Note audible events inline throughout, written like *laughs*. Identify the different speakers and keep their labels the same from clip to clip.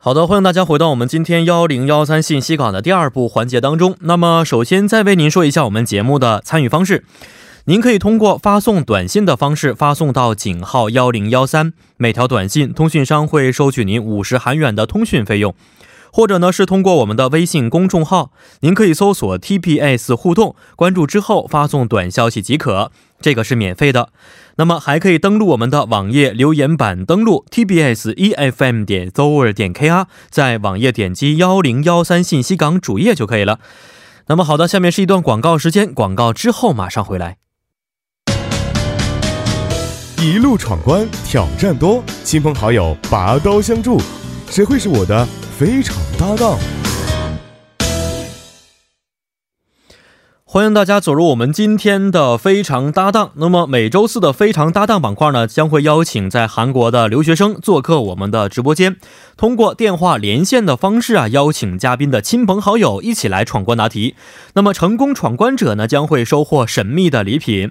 Speaker 1: 好的，欢迎大家回到我们今天幺零幺三信息港的第二部环节当中。那么，首先再为您说一下我们节目的参与方式。您可以通过发送短信的方式发送到井号幺零幺三，每条短信通讯商会收取您五十韩元的通讯费用，或者呢是通过我们的微信公众号，您可以搜索 TPS 互动，关注之后发送短消息即可，这个是免费的。那么还可以登录我们的网页留言板，登录 TBS EFM E 点 z o e r 点 KR，在网页点击幺零幺三信息港主页就可以了。那么好的，下面是一段广告时间，广告之后马上回来。
Speaker 2: 一路闯关，挑战多，亲朋好友拔刀相助，谁会是我的非常搭档？
Speaker 1: 欢迎大家走入我们今天的非常搭档。那么每周四的非常搭档板块呢，将会邀请在韩国的留学生做客我们的直播间，通过电话连线的方式啊，邀请嘉宾的亲朋好友一起来闯关答题。那么成功闯关者呢，将会收获神秘的礼品。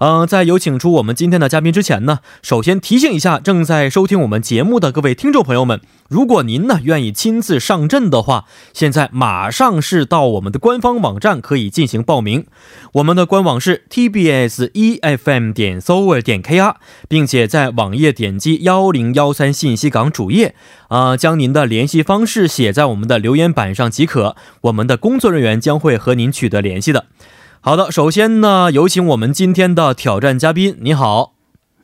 Speaker 1: 嗯、在有请出我们今天的嘉宾之前呢，首先提醒一下正在收听我们节目的各位听众朋友们，如果您呢愿意亲自上阵的话，现在马上是到我们的官方网站可以进行报名。我们的官网是 tbs efm E 点 s o e r 点 kr，并且在网页点击幺零幺三信息港主页，啊、将您的联系方式写在我们的留言板上即可，我们的工作人员将会和您取得联系的。好的，首先呢，有请我们今天的挑战嘉宾。你好，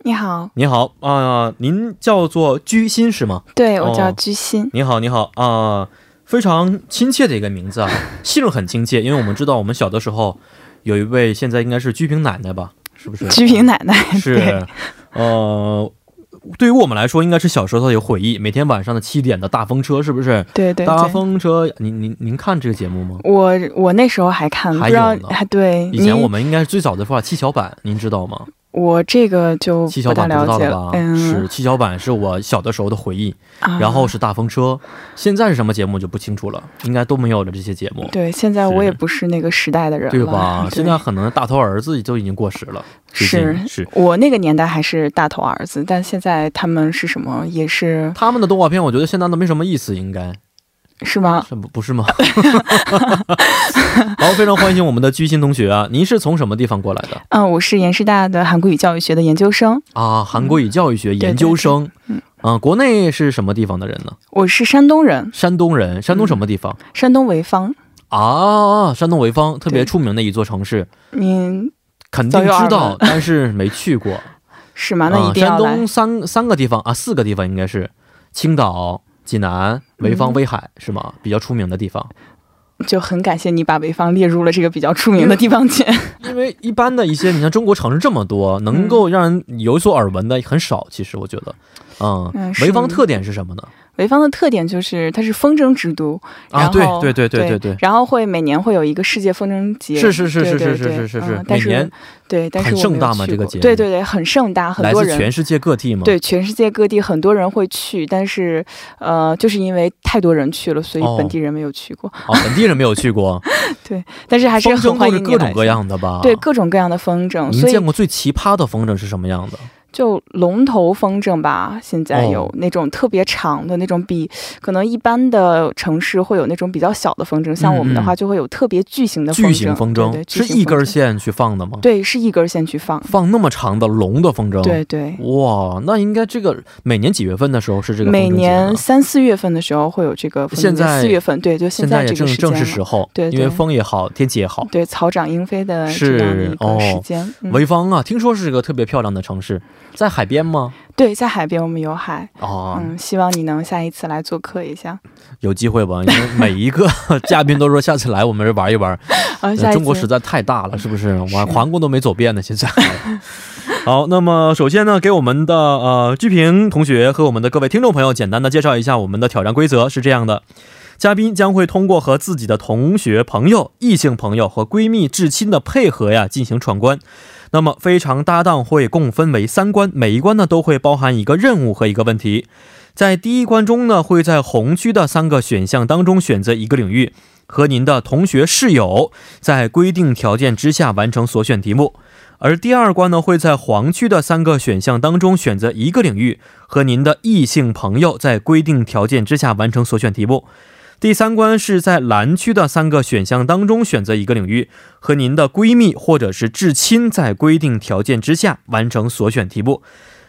Speaker 3: 你好，
Speaker 1: 你好啊、您叫做居心是吗？
Speaker 3: 对我
Speaker 1: 哦
Speaker 3: 叫居心。
Speaker 1: 你好，你好啊、非常亲切的一个名
Speaker 3: *laughs*
Speaker 1: 字啊，姓很亲切，因为我们知道我们小的时候有一位，现在应该是居平奶奶吧，是不是？
Speaker 3: 居平奶奶， *laughs* 对
Speaker 1: 是，呃，对于我们来说，应该是小时候的有回忆。每天晚上的七点的大风车，是不是？
Speaker 3: 对对
Speaker 1: 大
Speaker 3: 对，
Speaker 1: 风车，您您您看这个节目吗？
Speaker 3: 我我那时候还看，不
Speaker 1: 还
Speaker 3: 知道
Speaker 1: 有呢
Speaker 3: 还对，
Speaker 1: 以前
Speaker 3: 你
Speaker 1: 我们应该是最早的说法七巧板，您知道吗？
Speaker 3: 我这个就
Speaker 1: 七巧
Speaker 3: 不大
Speaker 1: 板不知
Speaker 3: 了
Speaker 1: 道
Speaker 3: 解
Speaker 1: 了
Speaker 3: 了
Speaker 1: 吧，？是
Speaker 3: 嗯，
Speaker 1: 七巧板是我小的时候的回忆，
Speaker 3: 啊
Speaker 1: 然后是大风车，现在是什么节目就不清楚了，应该都没有了这些节目。
Speaker 3: 对，现在
Speaker 1: 是
Speaker 3: 我也不是那个时代的人了，
Speaker 1: 对吧？
Speaker 3: *laughs* 对
Speaker 1: 现在可能大头儿子都已经过时了，最
Speaker 3: 是
Speaker 1: 近是
Speaker 3: 我那个年代还是大头儿子，但现在他们是什么也是
Speaker 1: 他们的动画片，我觉得现在都没什么意思，应该
Speaker 3: 是吗？
Speaker 1: 是不不是吗？ *laughs* 好，非常欢迎我们的居心同学啊！您是从什么地方过来的
Speaker 3: 嗯，我是延师大的韩国语教育学的研究生，
Speaker 1: 啊？韩国语教育学研究生，
Speaker 3: 嗯对对嗯
Speaker 1: 啊国内是什么地方的人呢？
Speaker 3: 我是山东人，
Speaker 1: 山东人，山东什么地方、
Speaker 3: 山东潍坊。
Speaker 1: 啊？山东潍坊特别
Speaker 3: 对
Speaker 1: 出名的一座城市，
Speaker 3: 您
Speaker 1: 肯定
Speaker 3: 早
Speaker 1: 知
Speaker 3: 有耳
Speaker 1: 道
Speaker 3: 闻，
Speaker 1: *laughs* 但是没去过。
Speaker 3: 是吗？那一
Speaker 1: 啊
Speaker 3: 定
Speaker 1: 山
Speaker 3: 要来。
Speaker 1: 东三三个地方啊，四个地方应该是青岛、济南、潍坊、
Speaker 3: 嗯
Speaker 1: 威海，是吗？比较出名的地方。
Speaker 3: 就很感谢你把潍坊列入了这个比较出名的地方去。
Speaker 1: 因为一般的一些，你像中国城市这么多，
Speaker 3: 嗯
Speaker 1: 能够让人有所耳闻的很少。其实我觉得，嗯，
Speaker 3: 嗯是
Speaker 1: 潍坊特点是什么呢？
Speaker 3: 潍坊的特点就是它是风筝之都，然
Speaker 1: 啊，
Speaker 3: 后
Speaker 1: 对对对
Speaker 3: 对
Speaker 1: 对对对，
Speaker 3: 然后会每年会有一个世界风筝节，
Speaker 1: 是是是
Speaker 3: 对
Speaker 1: 是
Speaker 3: 对
Speaker 1: 是
Speaker 3: 对
Speaker 1: 是是
Speaker 3: 嗯
Speaker 1: 是，每
Speaker 3: 但是
Speaker 1: 年
Speaker 3: 对，但是
Speaker 1: 很
Speaker 3: 我
Speaker 1: 盛
Speaker 3: 没有
Speaker 1: 大吗
Speaker 3: 去
Speaker 1: 这个
Speaker 3: 过
Speaker 1: 节目
Speaker 3: 对对对，很盛大，很
Speaker 1: 来
Speaker 3: 多
Speaker 1: 自
Speaker 3: 人
Speaker 1: 全世界各地嘛。
Speaker 3: 对全世界各地很多人会去，但是呃，就是因为太多人去了，所以
Speaker 1: 哦
Speaker 3: 本地人没有去过，
Speaker 1: 啊，本地人没有去过，
Speaker 3: 但 *laughs* 是还是
Speaker 1: 风
Speaker 3: 很
Speaker 1: 筝
Speaker 3: 欢
Speaker 1: 都是
Speaker 3: 迎你
Speaker 1: 各
Speaker 3: 来
Speaker 1: 种各。样的吧？
Speaker 3: 对各种各样的风筝，
Speaker 1: 您
Speaker 3: 所以
Speaker 1: 见过最奇葩的风筝是什么样的？
Speaker 3: 就龙头风筝吧，现在有
Speaker 1: 哦
Speaker 3: 那种特别长的那种比，可能一般的城市会有那种比较小的风筝，像我们的
Speaker 1: 嗯
Speaker 3: 话就会有特别巨型呃的风筝，
Speaker 1: 巨型风筝
Speaker 3: 对对巨
Speaker 1: 是
Speaker 3: 型
Speaker 1: 一根
Speaker 3: 风筝
Speaker 1: 线去放的吗？哦
Speaker 3: 对，是一根线去放，
Speaker 1: 放那么长的龙的风筝，，
Speaker 3: 对对。
Speaker 1: 哇，那应该这个每年几月份的时候是这个风筝节啊
Speaker 3: 每
Speaker 1: 呢？
Speaker 3: 年三四月份的时候会有这个风筝节，
Speaker 1: 现在
Speaker 3: 四月份对，就
Speaker 1: 现
Speaker 3: 在
Speaker 1: 也
Speaker 3: 这
Speaker 1: 正
Speaker 3: 个时间
Speaker 1: 正
Speaker 3: 了
Speaker 1: 是时候，
Speaker 3: 对对
Speaker 1: 因为风也好，天气也好。
Speaker 3: 对草长莺飞的这样的一
Speaker 1: 是哦
Speaker 3: 个时间。嗯
Speaker 1: 潍坊啊，听说是个特别漂亮的城市，在海边吗？
Speaker 3: 对，在海边我们有海，
Speaker 1: 啊，
Speaker 3: 嗯，希望你能下一次来做客一下。
Speaker 1: 有机会吧，因为每一个 *laughs* 嘉宾都说下次来我们这玩一玩。
Speaker 3: 啊，下一次
Speaker 1: 中国实在太大了，是不是？我
Speaker 3: 是
Speaker 1: 皇宫都没走遍呢，现在。 *laughs* 好，那么首先呢，给我们的呃居平同学和我们的各位听众朋友简单的介绍一下我们的挑战规则是这样的：嘉宾将会通过和自己的同学、朋友、异性朋友和闺蜜、至亲的配合呀，进行闯关。那么非常搭档会共分为三关，每一关呢都会包含一个任务和一个问题。在第一关中呢，会在红区的三个选项当中选择一个领域，和您的同学、室友在规定条件之下完成所选题目。而第二关呢，会在黄区的三个选项当中选择一个领域，和您的异性朋友在规定条件之下完成所选题目。第三关是在蓝区的三个选项当中选择一个领域，和您的闺蜜或者是至亲在规定条件之下完成所选题目。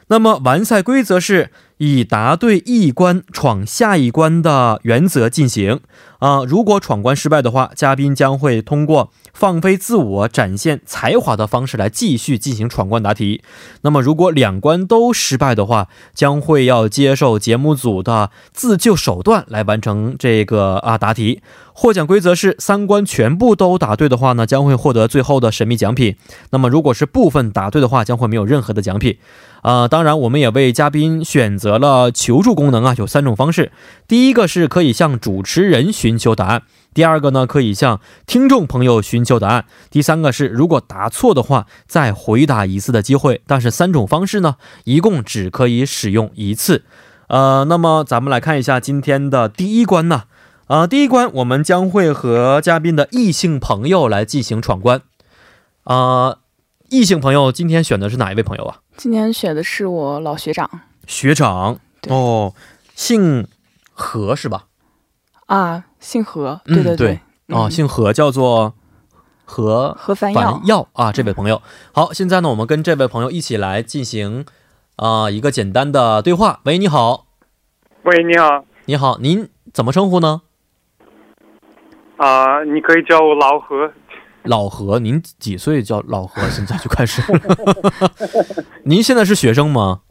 Speaker 1: 那么完赛规则是以答对一关闯下一关的原则进行啊、如果闯关失败的话，嘉宾将会通过放飞自我、展现才华的方式来继续进行闯关答题。那么如果两关都失败的话，将会要接受节目组的自救手段来完成这个啊答题。获奖规则是三关全部都答对的话呢，将会获得最后的神秘奖品。那么如果是部分答对的话，将会没有任何的奖品。啊、当然我们也为嘉宾选择了求助功能啊，有三种方式。第一个是可以向主持人寻求答案。第二个呢，可以向听众朋友寻求答案；第三个是，如果答错的话，再回答一次的机会。但是三种方式呢，一共只可以使用一次。呃，那么咱们来看一下今天的第一关呢。啊、第一关我们将会和嘉宾的异性朋友来进行闯关。啊、异性朋友今天选的是哪一位朋友啊？
Speaker 3: 今天选的是我老学长
Speaker 1: 学长
Speaker 3: 对
Speaker 1: 哦，姓何是吧？
Speaker 3: 啊，姓何，
Speaker 1: 嗯
Speaker 3: 对对
Speaker 1: 对哦，
Speaker 3: 嗯
Speaker 1: 姓何，叫做何
Speaker 3: 何凡耀
Speaker 1: 反，药啊，这位朋友。好，现在呢，我们跟这位朋友一起来进行啊、一个简单的对话。喂，你好，
Speaker 4: 喂，你好
Speaker 1: 你好，您怎么称呼呢？
Speaker 4: 啊、你可以叫我老何。
Speaker 1: 老何，您几岁？叫老何，现在就开
Speaker 4: *laughs*
Speaker 1: 始。您现在是学生吗？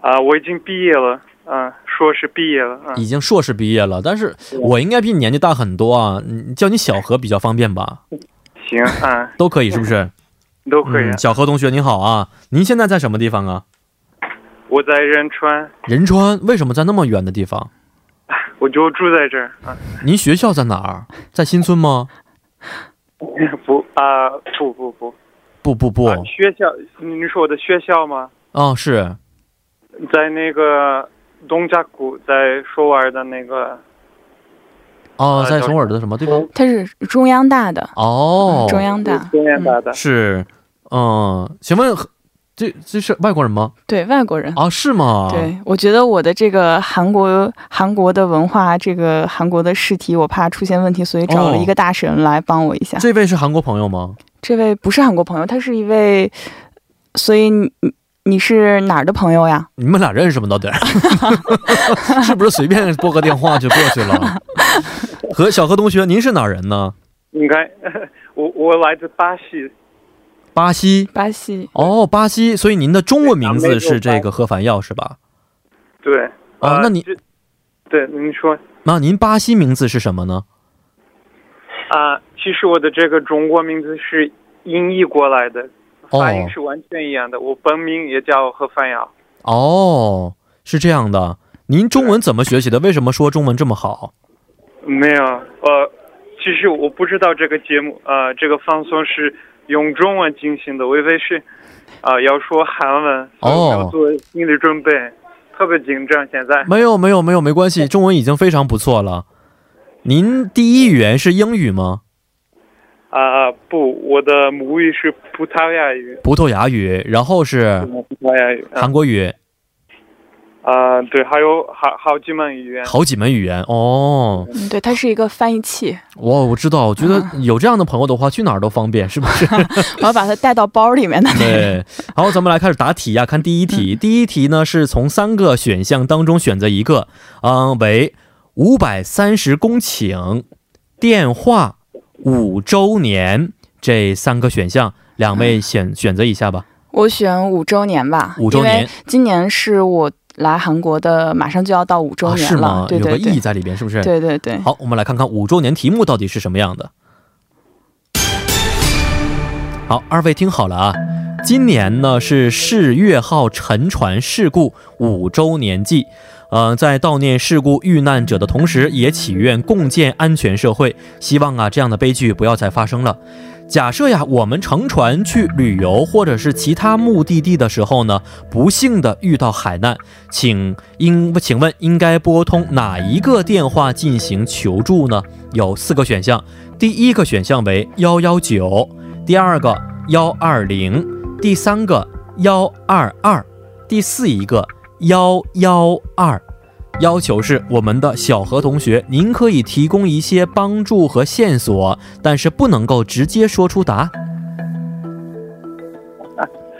Speaker 4: 啊、我已经毕业了，嗯、硕士毕业了，嗯、
Speaker 1: 已经硕士毕业了，但是我应该比你年纪大很多啊，嗯叫你小何比较方便吧？
Speaker 4: 行，嗯、
Speaker 1: 都可以是不
Speaker 4: *laughs*
Speaker 1: 是？
Speaker 4: 都啊可以。
Speaker 1: 嗯。小何同学您好啊，您现在在什么地方啊？
Speaker 4: 我在仁川，
Speaker 1: 仁川为什么在那么远的地方？
Speaker 4: 我就住在这儿，嗯、
Speaker 1: 您学校在哪儿？在新村吗？
Speaker 4: 不啊、不不不，
Speaker 1: 不不不，
Speaker 4: 啊学校，你你说我的学校吗？
Speaker 1: 哦，是
Speaker 4: 在那个东峡谷，在首尔的那个，
Speaker 1: 哦，
Speaker 4: 呃
Speaker 1: 在
Speaker 4: 叫
Speaker 1: 首尔的什么地方？
Speaker 3: 他是中央大的，
Speaker 1: 哦
Speaker 3: 嗯，中央大，
Speaker 4: 中央大的，
Speaker 1: 是，嗯，请问这这是外国人吗？
Speaker 3: 对外国人。
Speaker 1: 啊，是吗？，
Speaker 3: 对，我觉得我的这个韩国韩国的文化，这个韩国的试题，我怕出现问题，所以找了一个大神来帮我一下。
Speaker 1: 哦这位是韩国朋友吗？
Speaker 3: 这位不是韩国朋友，他是一位，所以你你你是哪儿的朋友呀？
Speaker 1: 你们俩认识吗？到
Speaker 3: *laughs*
Speaker 1: 底 *laughs* 是不是随便拨个电话就过去了？ *laughs* 和小何同学，您是哪儿人呢？
Speaker 4: 应该， *laughs* 我我来自巴西，
Speaker 1: 巴西。
Speaker 3: 巴西。
Speaker 1: 哦，巴西，所以您的中文名字是这个何凡耀是吧？
Speaker 4: 对。
Speaker 1: 哦
Speaker 4: 啊，
Speaker 1: 那你
Speaker 4: 这对您说
Speaker 1: 那您巴西名字是什么呢？
Speaker 4: 啊、其实我的这个中国名字是音译过来的，
Speaker 1: 哦
Speaker 4: 发音是完全一样的。我本名也叫何凡瑶，
Speaker 1: 哦，是这样的。您中文怎么学习的？为什么说中文这么好？
Speaker 4: 没有，呃，其实我不知道这个节目，呃，这个放松是用中文进行的，我以为是，啊，要说韩文，所以
Speaker 1: 哦
Speaker 4: 我要做心理准备，特别紧张。现在
Speaker 1: 没有没有没有，没关系，中文已经非常不错了。您第一语言是英语吗？
Speaker 4: 啊、不，我的母语是葡萄牙语，
Speaker 1: 葡萄牙语，然后是
Speaker 4: 葡萄牙语，啊
Speaker 1: 韩、国语，
Speaker 4: 啊对，还有好好几门语言，
Speaker 1: 好几门语言哦。
Speaker 3: 嗯，对，他是一个翻译器，
Speaker 1: 哇，我知道，我觉得有这样的朋友的话，去哪儿都方便，是不是？
Speaker 3: 我
Speaker 1: *laughs*
Speaker 3: 要把它带到包里面的。
Speaker 1: 对。好，咱们来开始答题呀、看第一题，
Speaker 3: 嗯
Speaker 1: 第一题呢是从三个选项当中选择一个，嗯，为五百三十公顷、电话五周年这三个选项，两
Speaker 3: 嗯
Speaker 1: 位选选择一下吧。
Speaker 3: 我选五周年吧，
Speaker 1: 五周
Speaker 3: 因
Speaker 1: 年
Speaker 3: 为今年是我来韩国的，马上就要到五周
Speaker 1: 啊，是
Speaker 3: 年了，
Speaker 1: 吗？
Speaker 3: 对
Speaker 1: 有个
Speaker 3: 对
Speaker 1: 意义
Speaker 3: 对，
Speaker 1: 在里边，是不是？
Speaker 3: 对对 *laughs* 对，
Speaker 1: 好，我们来看看五周年题目到底是什么样的。好，二位听好了啊，今年呢是世越号沉船事故五周年祭。呃，在悼念事故遇难者的同时，也祈愿共建安全社会，希望啊这样的悲剧不要再发生了。假设呀，我们乘船去旅游或者是其他目的地的时候呢，不幸的遇到海难，请应请问应该拨通哪一个电话进行求助呢？有四个选项，第一个选项为幺幺九，第二个幺二零，第三个幺二二，第四一个幺幺二。要求是我们的小何同学，您可以提供一些帮助和线索，但是不能够直接说出答案。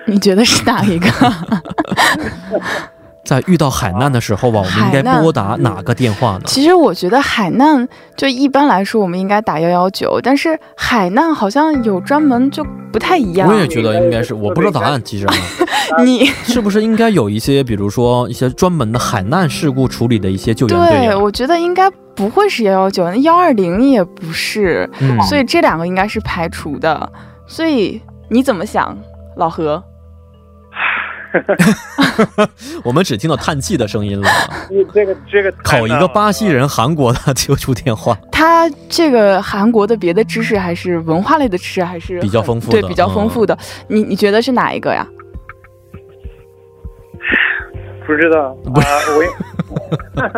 Speaker 3: 你觉得是哪一个？ *laughs*
Speaker 1: 在遇到海难的时候吧，啊我们应该拨打哪个电话呢？
Speaker 3: 其实我觉得海难就一般来说，我们应该打幺幺九，但是海难好像有专门就不太一样。
Speaker 1: 我也觉得啊应该是，我不知道答案，其实啊。
Speaker 3: 你
Speaker 1: 是不是应该有一些，比如说一些专门的海难事故处理的一些救援队？
Speaker 3: 对，我觉得应该不会是幺幺九，幺二零也不是、
Speaker 1: 嗯，
Speaker 3: 所以这两个应该是排除的。所以你怎么想，老何？
Speaker 1: 我们只听到叹气的声音了。
Speaker 4: 你这个这个
Speaker 1: 考一个巴西人、韩国的救助电话，
Speaker 3: 他这个韩国的别的知识还是文化类的知识还是
Speaker 1: 比较丰富的，
Speaker 3: 对比较丰富的。嗯、你你觉得是哪一个呀？
Speaker 4: 不知道啊、呃，我也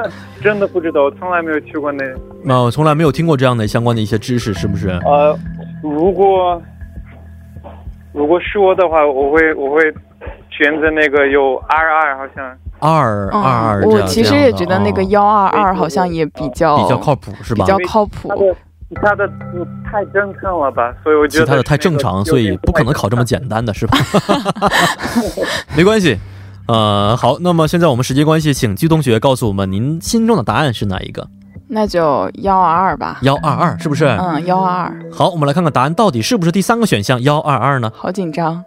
Speaker 4: *laughs* 真的不知道，我从来没有去过那。
Speaker 1: 那、哦、我从来没有听过这样的相关的一些知识，是不是？
Speaker 4: 呃，如果如果是我的话，我会我会。选择那个有二二好像
Speaker 1: 二二二，
Speaker 3: 嗯我其实也觉得那个幺二二好像也比
Speaker 1: 嗯
Speaker 3: 较、
Speaker 1: 哦哦、比较靠谱是吧？
Speaker 3: 比较靠谱。
Speaker 4: 其他的太真诚了吧，所以我觉得
Speaker 1: 其他的太正常，所以不可能考这么简单的是
Speaker 3: *laughs*
Speaker 1: 吧？没关系，呃，好，那么现在我们时间关系，请季同学告诉我们您心中的答案是哪一个？
Speaker 3: 那就幺二二吧，
Speaker 1: 幺二二是不是？
Speaker 3: 嗯，幺二二。
Speaker 1: 好，我们来看看答案到底是不是第三个选项幺二二呢？
Speaker 3: 好紧张。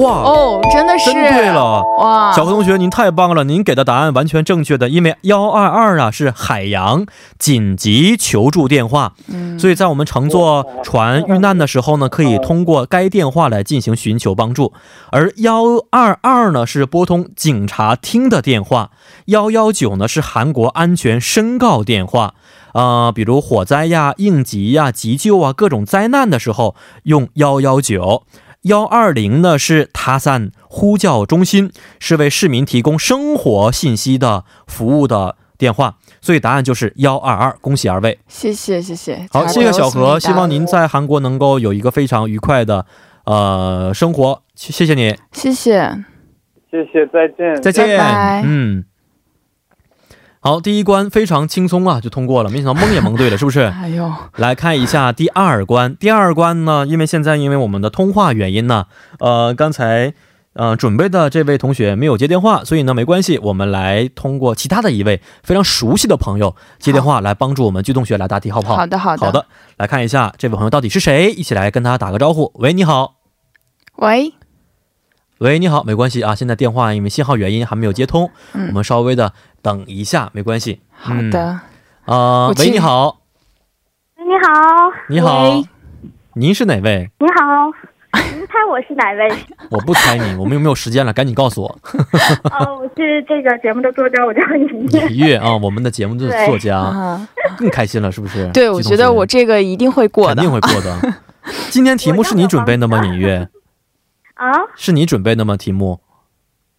Speaker 1: 哇
Speaker 3: 哦，真的是
Speaker 1: 真对了
Speaker 3: 哇！
Speaker 1: 小何同学，您太棒了，您给的答案完全正确的，因为幺二二啊是海洋紧急求助电话，
Speaker 3: 嗯，
Speaker 1: 所以在我们乘坐船遇难的时候呢，可以通过该电话来进行寻求帮助。而幺二二呢是拨通警察厅的电话，幺幺九呢是韩国安全申告电话。啊、呃，比如火灾呀、应急呀、急救啊，各种灾难的时候用幺幺九。幺二零呢是塔散呼叫中心，是为市民提供生活信息的服务的电话，所以答案就是幺二二。恭喜二位，
Speaker 3: 谢谢谢谢。
Speaker 1: 好，谢谢小何，希望您在韩国能够有一个非常愉快的呃生活，谢谢你，
Speaker 3: 谢谢，
Speaker 4: 谢谢，再见，
Speaker 1: 再见，
Speaker 3: 拜拜
Speaker 1: 嗯。好，第一关非常轻松啊，就通过了。没想到蒙也蒙对了，是不是？
Speaker 3: 哎呦，
Speaker 1: 来看一下第二关。第二关呢，因为现在因为我们的通话原因呢，呃，刚才呃准备的这位同学没有接电话，所以呢没关系，我们来通过其他的一位非常熟悉的朋友接电话来帮助我们鞠同学来答题，好不好？
Speaker 3: 好的，好的，
Speaker 1: 好的。来看一下这位朋友到底是谁，一起来跟他打个招呼。喂，你好。
Speaker 3: 喂。
Speaker 1: 喂，你好，没关系啊，现在电话因为信号原因还没有接通，
Speaker 3: 嗯、
Speaker 1: 我们稍微的等一下，没关系。
Speaker 3: 好的，
Speaker 1: 嗯啊、呃，喂，你好，
Speaker 5: 你好，
Speaker 1: 你好，您是哪位？
Speaker 5: 你好，
Speaker 1: 哎
Speaker 5: 您猜我是哪
Speaker 1: *laughs*
Speaker 5: 位？
Speaker 1: 我不猜你，我们有没有时间了？赶紧告诉我。
Speaker 5: 哦，我是这个节目的作家，我叫尹
Speaker 1: 月。尹月啊，我们的节目的作家， *laughs* 更开心了，是不是？
Speaker 3: 嗯 *laughs* 对，我觉得我这个一定会过的，
Speaker 1: 肯定会过
Speaker 3: *laughs*
Speaker 1: 的。今天题目是你准备的吗，尹月？
Speaker 5: 啊，
Speaker 1: *laughs* 是你准备的吗？题目？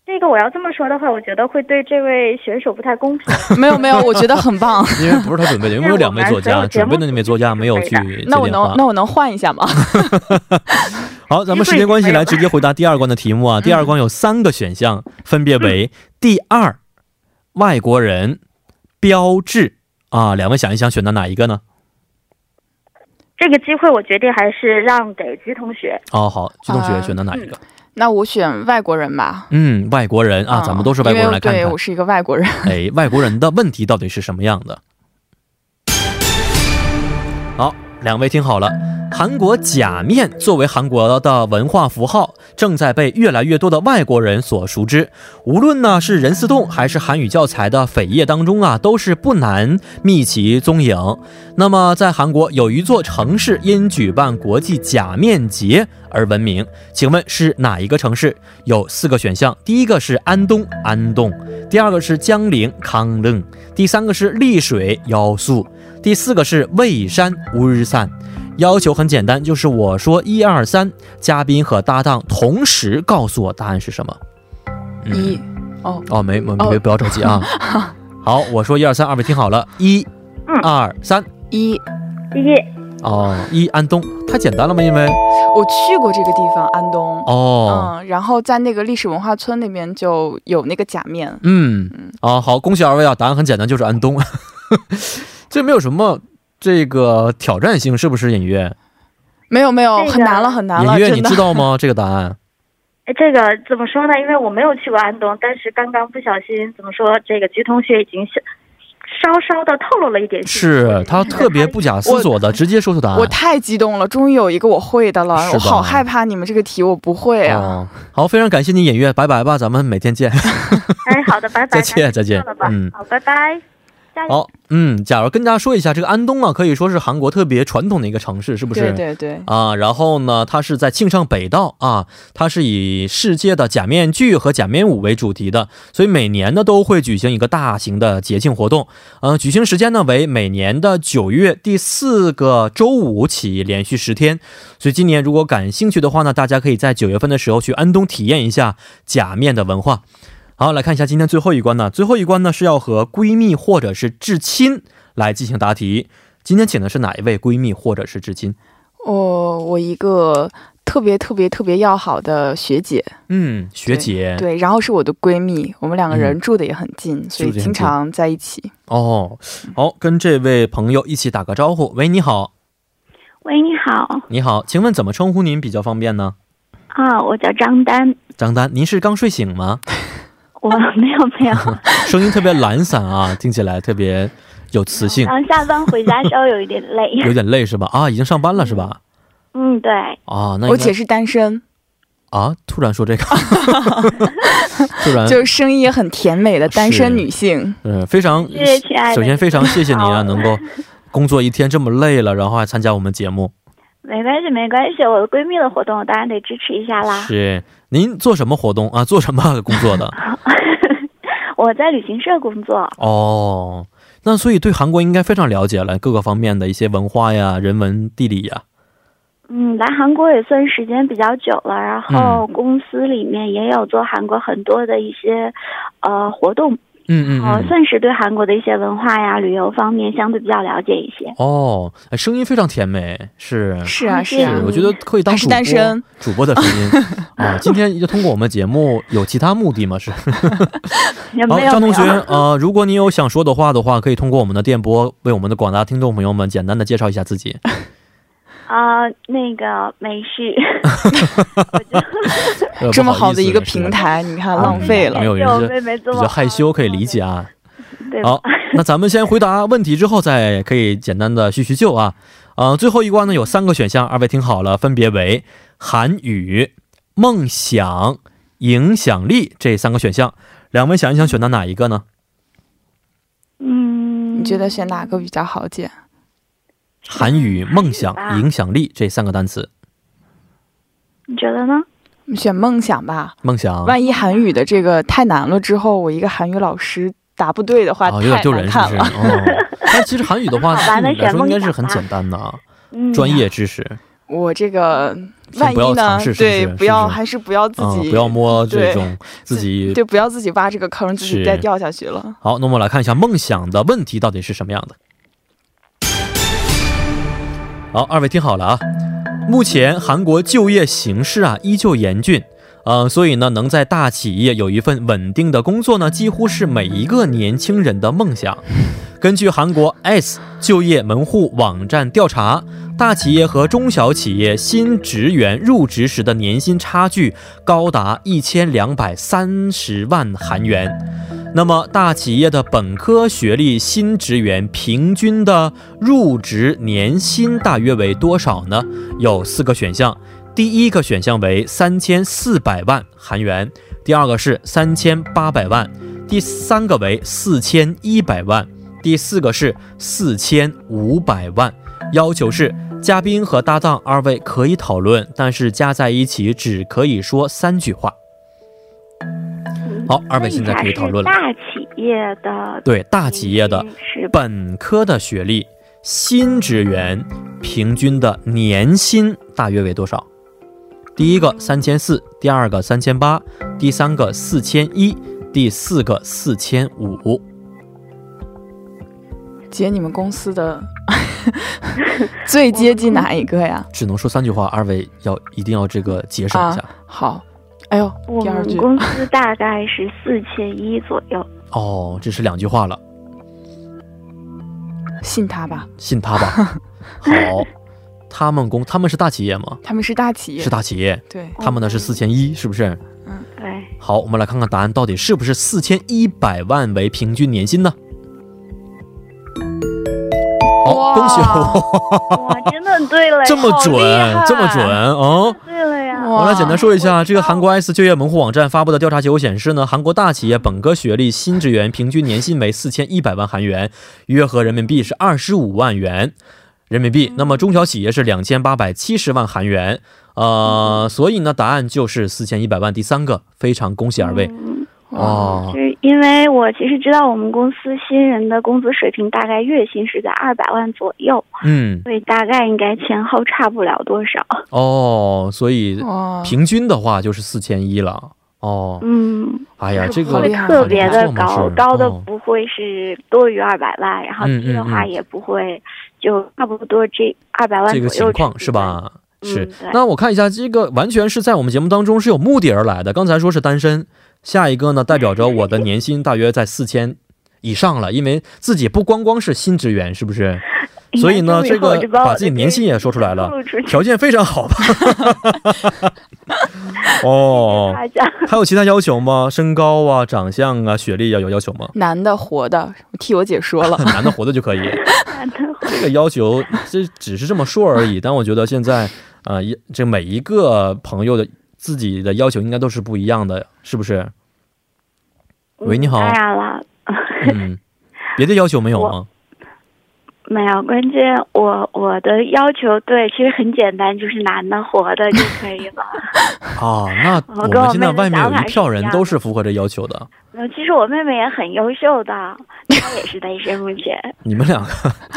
Speaker 5: 这个我要这么说的话，我觉得会对这位选手不太公
Speaker 1: *laughs*
Speaker 5: 平。
Speaker 3: 没有没有，我觉得很棒，
Speaker 1: 因为不是他准备
Speaker 3: *laughs*
Speaker 1: 的，因为有两位作家准备的那位作家没有去
Speaker 3: 那我能那我能换一下吗？
Speaker 1: 嗯好，咱们时间关系来直接回答第二关的题目
Speaker 3: 嗯
Speaker 1: 啊。第二关有三个选项，分别为第二、外国人、标志啊。两位想一想，选择哪一个呢？
Speaker 5: 这个机会我决定还是让给鞠同学。
Speaker 1: 哦，好，鞠同学选择哪一个、
Speaker 5: 嗯？
Speaker 3: *laughs* 那我选外国人吧。
Speaker 1: 嗯，外国人啊，咱们都是外国人来看看。
Speaker 3: 对，我是一个外国人。
Speaker 1: 哎，外国人的问题到底是什么样的？好，两位听好了，韩国假面作为韩国的文化符号，正在被越来越多的外国人所熟知。无论呢是人似洞还是韩语教材的扉页当中啊，都是不难觅其踪影。那么，在韩国有一座城市因举办国际假面节而闻名，请问是哪一个城市？有四个选项，第一个是安东，安东；第二个是江陵，康릉；第三个是丽水，妖素；第四个是蔚山，乌日散。要求很简单，就是我说一二三，嘉宾和搭档同时告诉我答案是什么。嗯、
Speaker 3: 一，哦
Speaker 1: 哦，没没没，不要着急
Speaker 3: *laughs*
Speaker 1: 啊。好，我说一二三，二位听好了，一，
Speaker 3: 嗯
Speaker 1: 二三。
Speaker 3: 一，
Speaker 5: 一
Speaker 1: 嗯哦，一安东太简单了吗？因为
Speaker 3: 我去过这个地方，安东。
Speaker 1: 哦，
Speaker 3: 嗯，然后在那个历史文化村那边就有那个假面，
Speaker 1: 嗯，啊，好，恭喜二位啊，答案很简单，就是安东。 *laughs* 这没有什么这个挑战性，是不是？尹月，
Speaker 3: 没有没有，
Speaker 5: 这个
Speaker 3: 很难了很难
Speaker 1: 尹
Speaker 3: 了，
Speaker 1: 月，
Speaker 3: 真
Speaker 1: 你
Speaker 3: 的 *laughs*
Speaker 1: 知。道吗？这个答案？
Speaker 5: 哎，这个怎么说呢？因为我没有去过安东，但是刚刚不小心怎么说，这个橘同学已经小稍稍的透露了一点信息。我
Speaker 1: 是
Speaker 5: 觉得
Speaker 1: 他特别不假思索的直接说出答案。
Speaker 3: 我太激动了，终于有一个我会的了，
Speaker 1: 啊是
Speaker 3: 我
Speaker 1: 吧
Speaker 3: 好害怕你们这个题我不会啊。
Speaker 1: 哦，好，非常感谢你，尹月，拜拜吧，咱们每
Speaker 3: *laughs*
Speaker 1: 天见。
Speaker 5: *laughs* 哎，好的，拜拜，
Speaker 1: *laughs* 再见
Speaker 5: 那就
Speaker 1: 再见
Speaker 5: 这样了吧
Speaker 1: 嗯
Speaker 5: 好，拜拜。加油
Speaker 6: 哦
Speaker 1: 好，嗯，假如跟大家说一下，这个安东啊，可以说是韩国特别传统的一个城市，是不是？
Speaker 3: 对对对，
Speaker 1: 啊，然后呢，它是在庆尚北道啊，它是以世界的假面剧和假面舞为主题的，所以每年呢都会举行一个大型的节庆活动。呃，举行时间呢为每年的九月第四个周五起，连续十天。所以今年如果感兴趣的话呢，大家可以在九月份的时候去安东体验一下假面的文化。好，来看一下今天最后一关呢，最后一关呢是要和闺蜜或者是至亲来进行答题。今天请的是哪一位闺蜜或者是至亲？
Speaker 3: 我我一个特别特别特别要好的学姐，
Speaker 1: 嗯，学姐，
Speaker 3: 对，然后是我的闺蜜，我们两个人住的也很近，所
Speaker 1: 嗯
Speaker 3: 以
Speaker 1: 住得也很近
Speaker 3: 经常在一起。
Speaker 1: 哦，好，跟这位朋友一起打个招呼。喂，你好，
Speaker 6: 喂，你好
Speaker 1: 你好，请问怎么称呼您比较方便呢？
Speaker 6: 啊，我叫张丹，
Speaker 1: 张丹，您是刚睡醒吗？ *laughs*
Speaker 6: 我没有没有，
Speaker 1: 声音特别懒散啊，听起来特别有磁性
Speaker 6: 然，后下班回家稍微有一点累。
Speaker 1: *laughs* 有点累是吧？啊，已经上班了是吧？
Speaker 6: 嗯，对，
Speaker 1: 啊，那
Speaker 3: 我
Speaker 1: 应该
Speaker 3: 姐是单身，
Speaker 1: 啊，突然说这
Speaker 6: *laughs*
Speaker 1: 个，突然
Speaker 3: 就是声音也很甜美的单身
Speaker 1: 嗯是
Speaker 3: 女性。
Speaker 1: 嗯，非常
Speaker 6: 谢谢亲爱的
Speaker 1: 首先非常谢谢您啊，
Speaker 6: 好
Speaker 1: 能够工作一天这么累了，然后还参加我们节目。
Speaker 6: 没关系没关系，我的闺蜜的活动我当然得支持一下啦。
Speaker 1: 是，您做什么活动啊？做什么工作的？
Speaker 6: *laughs* 我在旅行社工作，
Speaker 1: 哦，那所以对韩国应该非常了解了，各个方面的一些文化呀、人文、地理呀。
Speaker 6: 嗯，来韩国也算时间比较久了，然后
Speaker 1: 嗯
Speaker 6: 公司里面也有做韩国很多的一些呃活动，
Speaker 1: 嗯
Speaker 6: 呃，算是对韩国的一些文化呀、旅游方面相对比较了解一些。
Speaker 1: 哦，哎声音非常甜美，是
Speaker 3: 是啊，
Speaker 6: 是
Speaker 3: 是啊
Speaker 1: 是，我觉得可以当
Speaker 3: 还是
Speaker 1: 主播
Speaker 3: 单身
Speaker 1: 主播的声
Speaker 3: *laughs*
Speaker 1: 音啊。今天就通过我们节目有其他目的
Speaker 3: *laughs*
Speaker 1: 吗？是。
Speaker 3: 呃
Speaker 6: 也
Speaker 1: 好，
Speaker 6: 没有
Speaker 1: 张
Speaker 6: 没
Speaker 1: 同学
Speaker 6: 有，，
Speaker 1: 呃，如果你有想说的话的话，可以通过我们的电波为我们的广大听众朋友们简单的介绍一下自己。
Speaker 6: 啊、那个
Speaker 1: *laughs*
Speaker 6: 没事。
Speaker 1: 呃
Speaker 3: 这么
Speaker 1: 不好
Speaker 3: 好
Speaker 1: 意
Speaker 3: 的
Speaker 1: 思
Speaker 3: 一个
Speaker 1: 是
Speaker 3: 平台，你看
Speaker 1: 嗯
Speaker 3: 浪费了
Speaker 1: 没。有人
Speaker 6: 有
Speaker 1: 是
Speaker 6: 妹妹这
Speaker 1: 比
Speaker 6: 么
Speaker 1: 较害羞，可以理解啊。
Speaker 6: 对吧
Speaker 1: 好，
Speaker 3: *laughs*
Speaker 1: 那咱们先回答问题之后，再可以简单的叙叙旧啊。呃，最后一关呢有三个选项，二位听好了，分别为韩语、梦想、影响力这三个选项。两位想一想，选择哪一个呢？
Speaker 6: 嗯，
Speaker 3: 你觉得选哪个比较好姐？
Speaker 1: 韩语、梦想、
Speaker 3: *laughs*
Speaker 6: 吧
Speaker 1: 影响力这三个单词。
Speaker 6: 你觉得呢？
Speaker 3: 选梦想吧，
Speaker 1: 梦想
Speaker 3: 万一韩语的这个太难了之后，我一个韩语老师答不对的话，
Speaker 1: 啊，有点
Speaker 3: 太
Speaker 1: 丢
Speaker 3: 难
Speaker 1: 人，是
Speaker 3: 看
Speaker 1: 不是？
Speaker 3: 了。
Speaker 1: 哦，但其实韩语的
Speaker 3: *laughs*
Speaker 1: 话，
Speaker 6: 好
Speaker 1: 对
Speaker 6: 吧
Speaker 1: 你
Speaker 6: 那
Speaker 1: 来
Speaker 6: 选
Speaker 1: 说应
Speaker 6: 梦
Speaker 1: 该是
Speaker 6: 想
Speaker 1: 很
Speaker 6: 吧
Speaker 1: 简单的啊，
Speaker 6: 嗯，
Speaker 1: 专业知识。
Speaker 3: 我这个
Speaker 1: 先
Speaker 3: 万
Speaker 1: 不要
Speaker 3: 一呢
Speaker 1: 尝试？是不是
Speaker 3: 对，不要
Speaker 1: 是不是
Speaker 3: 还是不要自
Speaker 1: 嗯，
Speaker 3: 己
Speaker 1: 不要摸这
Speaker 3: 对
Speaker 1: 种自己。
Speaker 3: 对，不要自己挖这个坑，自己
Speaker 1: 是
Speaker 3: 再掉下去了。
Speaker 1: 好，那我们来看一下梦想的问题到底是什么样的。好，二位听好了啊，目前韩国就业形势啊依旧严峻。呃，所以呢，能在大企业有一份稳定的工作呢，几乎是每一个年轻人的梦想。根据韩国 S 就业门户网站调查，大企业和中小企业新职员入职时的年薪差距高达一千两百三十万韩元。那么，大企业的本科学历新职员平均的入职年薪大约为多少呢？有四个选项，第一个选项为三千四百万韩元，第二个是三千八百万，第三个为四千一百万，第四个是四千五百万。要求是嘉宾和搭档二位可以讨论，但是加在一起只可以说三句话。
Speaker 6: 嗯
Speaker 1: 好，二位现在可以讨论了。
Speaker 6: 大企业的嗯
Speaker 1: 对大企业的
Speaker 6: 是吧？
Speaker 1: 本科的学历，新职员平均的年薪大约为多少？第一个三千四，第二个三千八，第三个四千一，第四个四千五。
Speaker 3: 姐，你们公司的 *laughs* 最接近哪一个呀？
Speaker 1: 只能说三句话，二位要一定要这个节省一下。
Speaker 3: 好，哎呦，
Speaker 6: 我
Speaker 3: 第二
Speaker 6: 们
Speaker 3: 句
Speaker 6: 公司大概是四千一左右。
Speaker 1: 哦，这是两句话了，
Speaker 3: 信他吧，
Speaker 1: 信他吧。好，他们公他们是大企业吗？
Speaker 3: 他们是大企业，
Speaker 1: 是大企业，
Speaker 3: 对，
Speaker 1: 他们呢是四千一，是不是？ *laughs*
Speaker 6: 对，
Speaker 1: 好，我们来看看答案到底是不是四千一百万为平均年薪呢？好，
Speaker 3: 哇
Speaker 1: 恭喜我，
Speaker 6: 哇，真的对了呀，
Speaker 1: *laughs* 这么准
Speaker 3: 厉害，
Speaker 1: 这么准哦！
Speaker 6: 对了呀，
Speaker 3: 哇
Speaker 1: 我来简单说一下，
Speaker 6: 我
Speaker 1: 这个韩国 S 就业门户网站发布的调查结果显示呢，韩国大企业本科学历新职员平均年薪为四千一百万韩元，约合人民币是二十五万元人民币。那么中小企业是两千八百七十万韩元，呃，所以呢，答案就是四千一百万，第三个，非常恭喜二位
Speaker 6: 嗯
Speaker 1: 哦
Speaker 6: 就。是因为我其实知道我们公司新人的工资水平大概月薪是在二百万左右，
Speaker 1: 嗯，
Speaker 6: 所以大概应该前后差不了多少。
Speaker 1: 哦，所以
Speaker 3: 哇，
Speaker 1: 平均的话就是四千一了。哦，
Speaker 6: 嗯，
Speaker 1: 哎呀，这
Speaker 6: 不
Speaker 1: 个
Speaker 6: 会
Speaker 3: 厉害
Speaker 6: 特别的
Speaker 1: 很不错
Speaker 6: 高
Speaker 1: 嘛，
Speaker 6: 高的
Speaker 1: 是哦
Speaker 6: 不会是多于二百万，然后
Speaker 1: 嗯
Speaker 6: 低的话
Speaker 1: 嗯嗯
Speaker 6: 也不会，就差不多这二百万
Speaker 1: 这个
Speaker 6: 左右
Speaker 1: 情况
Speaker 6: 这
Speaker 1: 是吧？是
Speaker 6: 嗯对，
Speaker 1: 那我看一下，这个完全是在我们节目当中是有目的而来的。刚才说是单身，下一个呢代表着我的年薪大约在四千以上了，因为自己不光光是新职员，是不
Speaker 6: *laughs*
Speaker 1: 是？
Speaker 6: 哎呀？
Speaker 1: 所以呢，这
Speaker 6: 这么一会儿
Speaker 1: 个
Speaker 6: 我就把我
Speaker 1: 把
Speaker 6: 的
Speaker 1: 自己年薪也说出来了，
Speaker 6: 露出去
Speaker 1: 条件非常好吧？ *laughs* 哦，
Speaker 6: 夸奖。
Speaker 1: 还有其他要求吗？身高啊、长相啊、学历要有要求吗？，
Speaker 3: 男的活的，我替我姐说了
Speaker 1: 男的活的就可以。这个要求这只是这么说而已，但我觉得现在，呃，一这每一个朋友的自己的要求应该都是不一样的，是不是？ *laughs* 喂，你好
Speaker 6: 当，然了，
Speaker 1: 嗯，别的要求没有吗？
Speaker 6: 没有，关键我我的要求对，其实很简单，就是男的活的就可以
Speaker 1: *laughs*
Speaker 6: 了。
Speaker 1: 啊，那
Speaker 6: 我
Speaker 1: 我
Speaker 6: 跟
Speaker 1: 们
Speaker 6: 我
Speaker 1: 现在外
Speaker 6: 妹妹
Speaker 1: 面有
Speaker 6: 想
Speaker 1: 一
Speaker 6: 法
Speaker 1: 票
Speaker 6: 是一
Speaker 1: 人
Speaker 6: 样
Speaker 1: 都
Speaker 6: 的
Speaker 1: 是符合这要求的，
Speaker 6: 没有嗯其实我妹妹也很优秀的，她也是单身目前。
Speaker 1: 你们两个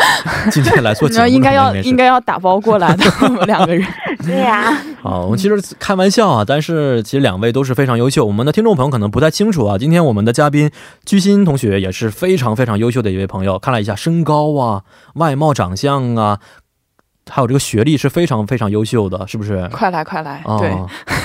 Speaker 1: *laughs* 今天来 *laughs* 做节
Speaker 3: *laughs* 那
Speaker 1: 目
Speaker 3: 应该要
Speaker 1: 没事
Speaker 3: 应该要打包
Speaker 1: *laughs*
Speaker 3: 过来的，我们两个人。 *laughs*
Speaker 6: 对呀、
Speaker 1: 啊，我们其实开玩笑啊，但是其实两位都是非常优秀。我们的听众朋友可能不太清楚啊，今天我们的嘉宾居心同学也是非常非常优秀的一位朋友。看了一下身高啊、外貌、长相啊，还有这个学历是非常非常优秀的，是不是？
Speaker 3: 快来快来，
Speaker 1: 啊，
Speaker 3: 对，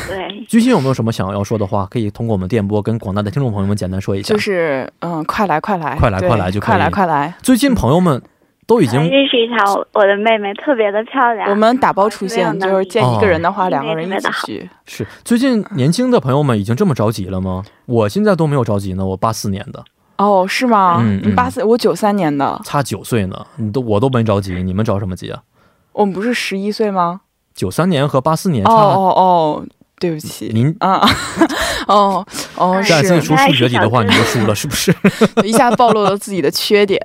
Speaker 6: 对，
Speaker 1: 居心有没有什么想要说的话？可以通过我们电波跟广大的听众朋友们简单说一下。
Speaker 3: 就是嗯，快来快来，
Speaker 1: 快来
Speaker 3: 对
Speaker 1: 快来就可以
Speaker 3: 快来快来，
Speaker 1: 最近朋友们都已
Speaker 6: 来
Speaker 3: 哎
Speaker 1: 经
Speaker 6: 认识一下我哎我的妹妹，特别的漂亮。
Speaker 3: 我们打包出现，
Speaker 6: 没有能
Speaker 3: 就
Speaker 6: 力
Speaker 3: 是见一个人的话，
Speaker 6: 哦
Speaker 3: 两个人一
Speaker 6: 特别
Speaker 3: 起
Speaker 6: 的好
Speaker 3: 去。
Speaker 1: 是最近年轻的朋友们已经这么着急了吗？我现在都没有着急呢，我八四年的，
Speaker 3: 哦，是吗
Speaker 1: 嗯？
Speaker 3: 你
Speaker 1: 嗯
Speaker 3: 八四，我九三年的，
Speaker 1: 差九岁呢，你都我都没着急，你们着什么急啊？
Speaker 3: 我们不是十一岁吗？
Speaker 1: 九三年和八四年
Speaker 3: 哦
Speaker 1: 差，
Speaker 3: 哦哦，对不起，
Speaker 1: 您
Speaker 3: 啊，哦哦，
Speaker 1: 下次
Speaker 3: 是
Speaker 1: 出数学题的话，你就输了，是不
Speaker 3: *laughs*
Speaker 1: 是？
Speaker 3: 一下暴露了自己的缺点。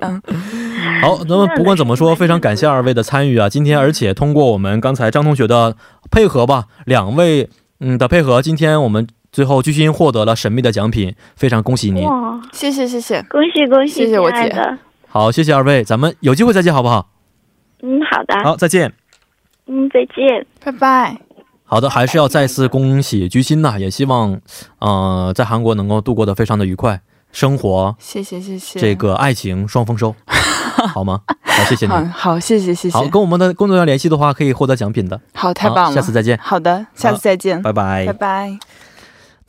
Speaker 1: 好，那么不管怎么说，非常感谢二位的参与啊！今天而且通过我们刚才张同学的配合吧，两位嗯的配合，今天我们最后居心获得了神秘的奖品，非常恭喜您！
Speaker 6: 哇，
Speaker 3: 谢谢谢谢，
Speaker 6: 恭喜恭喜，
Speaker 3: 谢谢我
Speaker 6: 亲爱
Speaker 3: 姐
Speaker 6: 的。
Speaker 1: 好，谢谢二位，咱们有机会再见好不好？
Speaker 6: 嗯，好的，
Speaker 1: 好，再见。
Speaker 6: 嗯，再见。
Speaker 3: 拜拜。
Speaker 1: 好的，还是要再次恭喜居心呐、也希望呃在韩国能够度过的非常的愉快，生活
Speaker 3: 谢谢谢谢，
Speaker 1: 这个爱情双丰
Speaker 3: *laughs*
Speaker 1: 收，好吗？好，谢谢您。
Speaker 3: 好好，谢谢谢谢，
Speaker 1: 好，跟我们的工作人员联系的话，可以获得奖品的。
Speaker 3: 好太
Speaker 1: 好
Speaker 3: 棒了，
Speaker 1: 下次再见
Speaker 3: 好的，下次再见，
Speaker 1: 拜拜。
Speaker 3: 拜拜。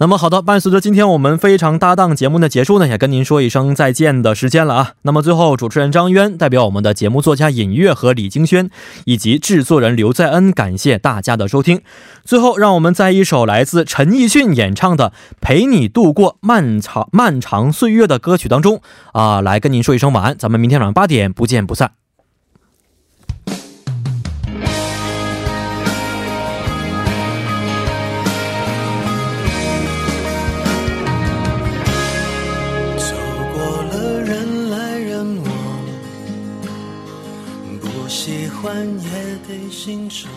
Speaker 1: 那么好的，伴随着今天我们非常搭档节目的结束呢，也跟您说一声再见的时间了啊。那么最后，主持人张渊代表我们的节目作家尹月和李金轩，以及制作人刘在恩，感谢大家的收听。最后，让我们在一首来自陈奕迅演唱的《陪你度过漫长漫长岁月》的歌曲当中啊、来跟您说一声晚安。咱们明天晚上八点不见不散。
Speaker 7: 走过了人来人往，不喜欢也得欣赏。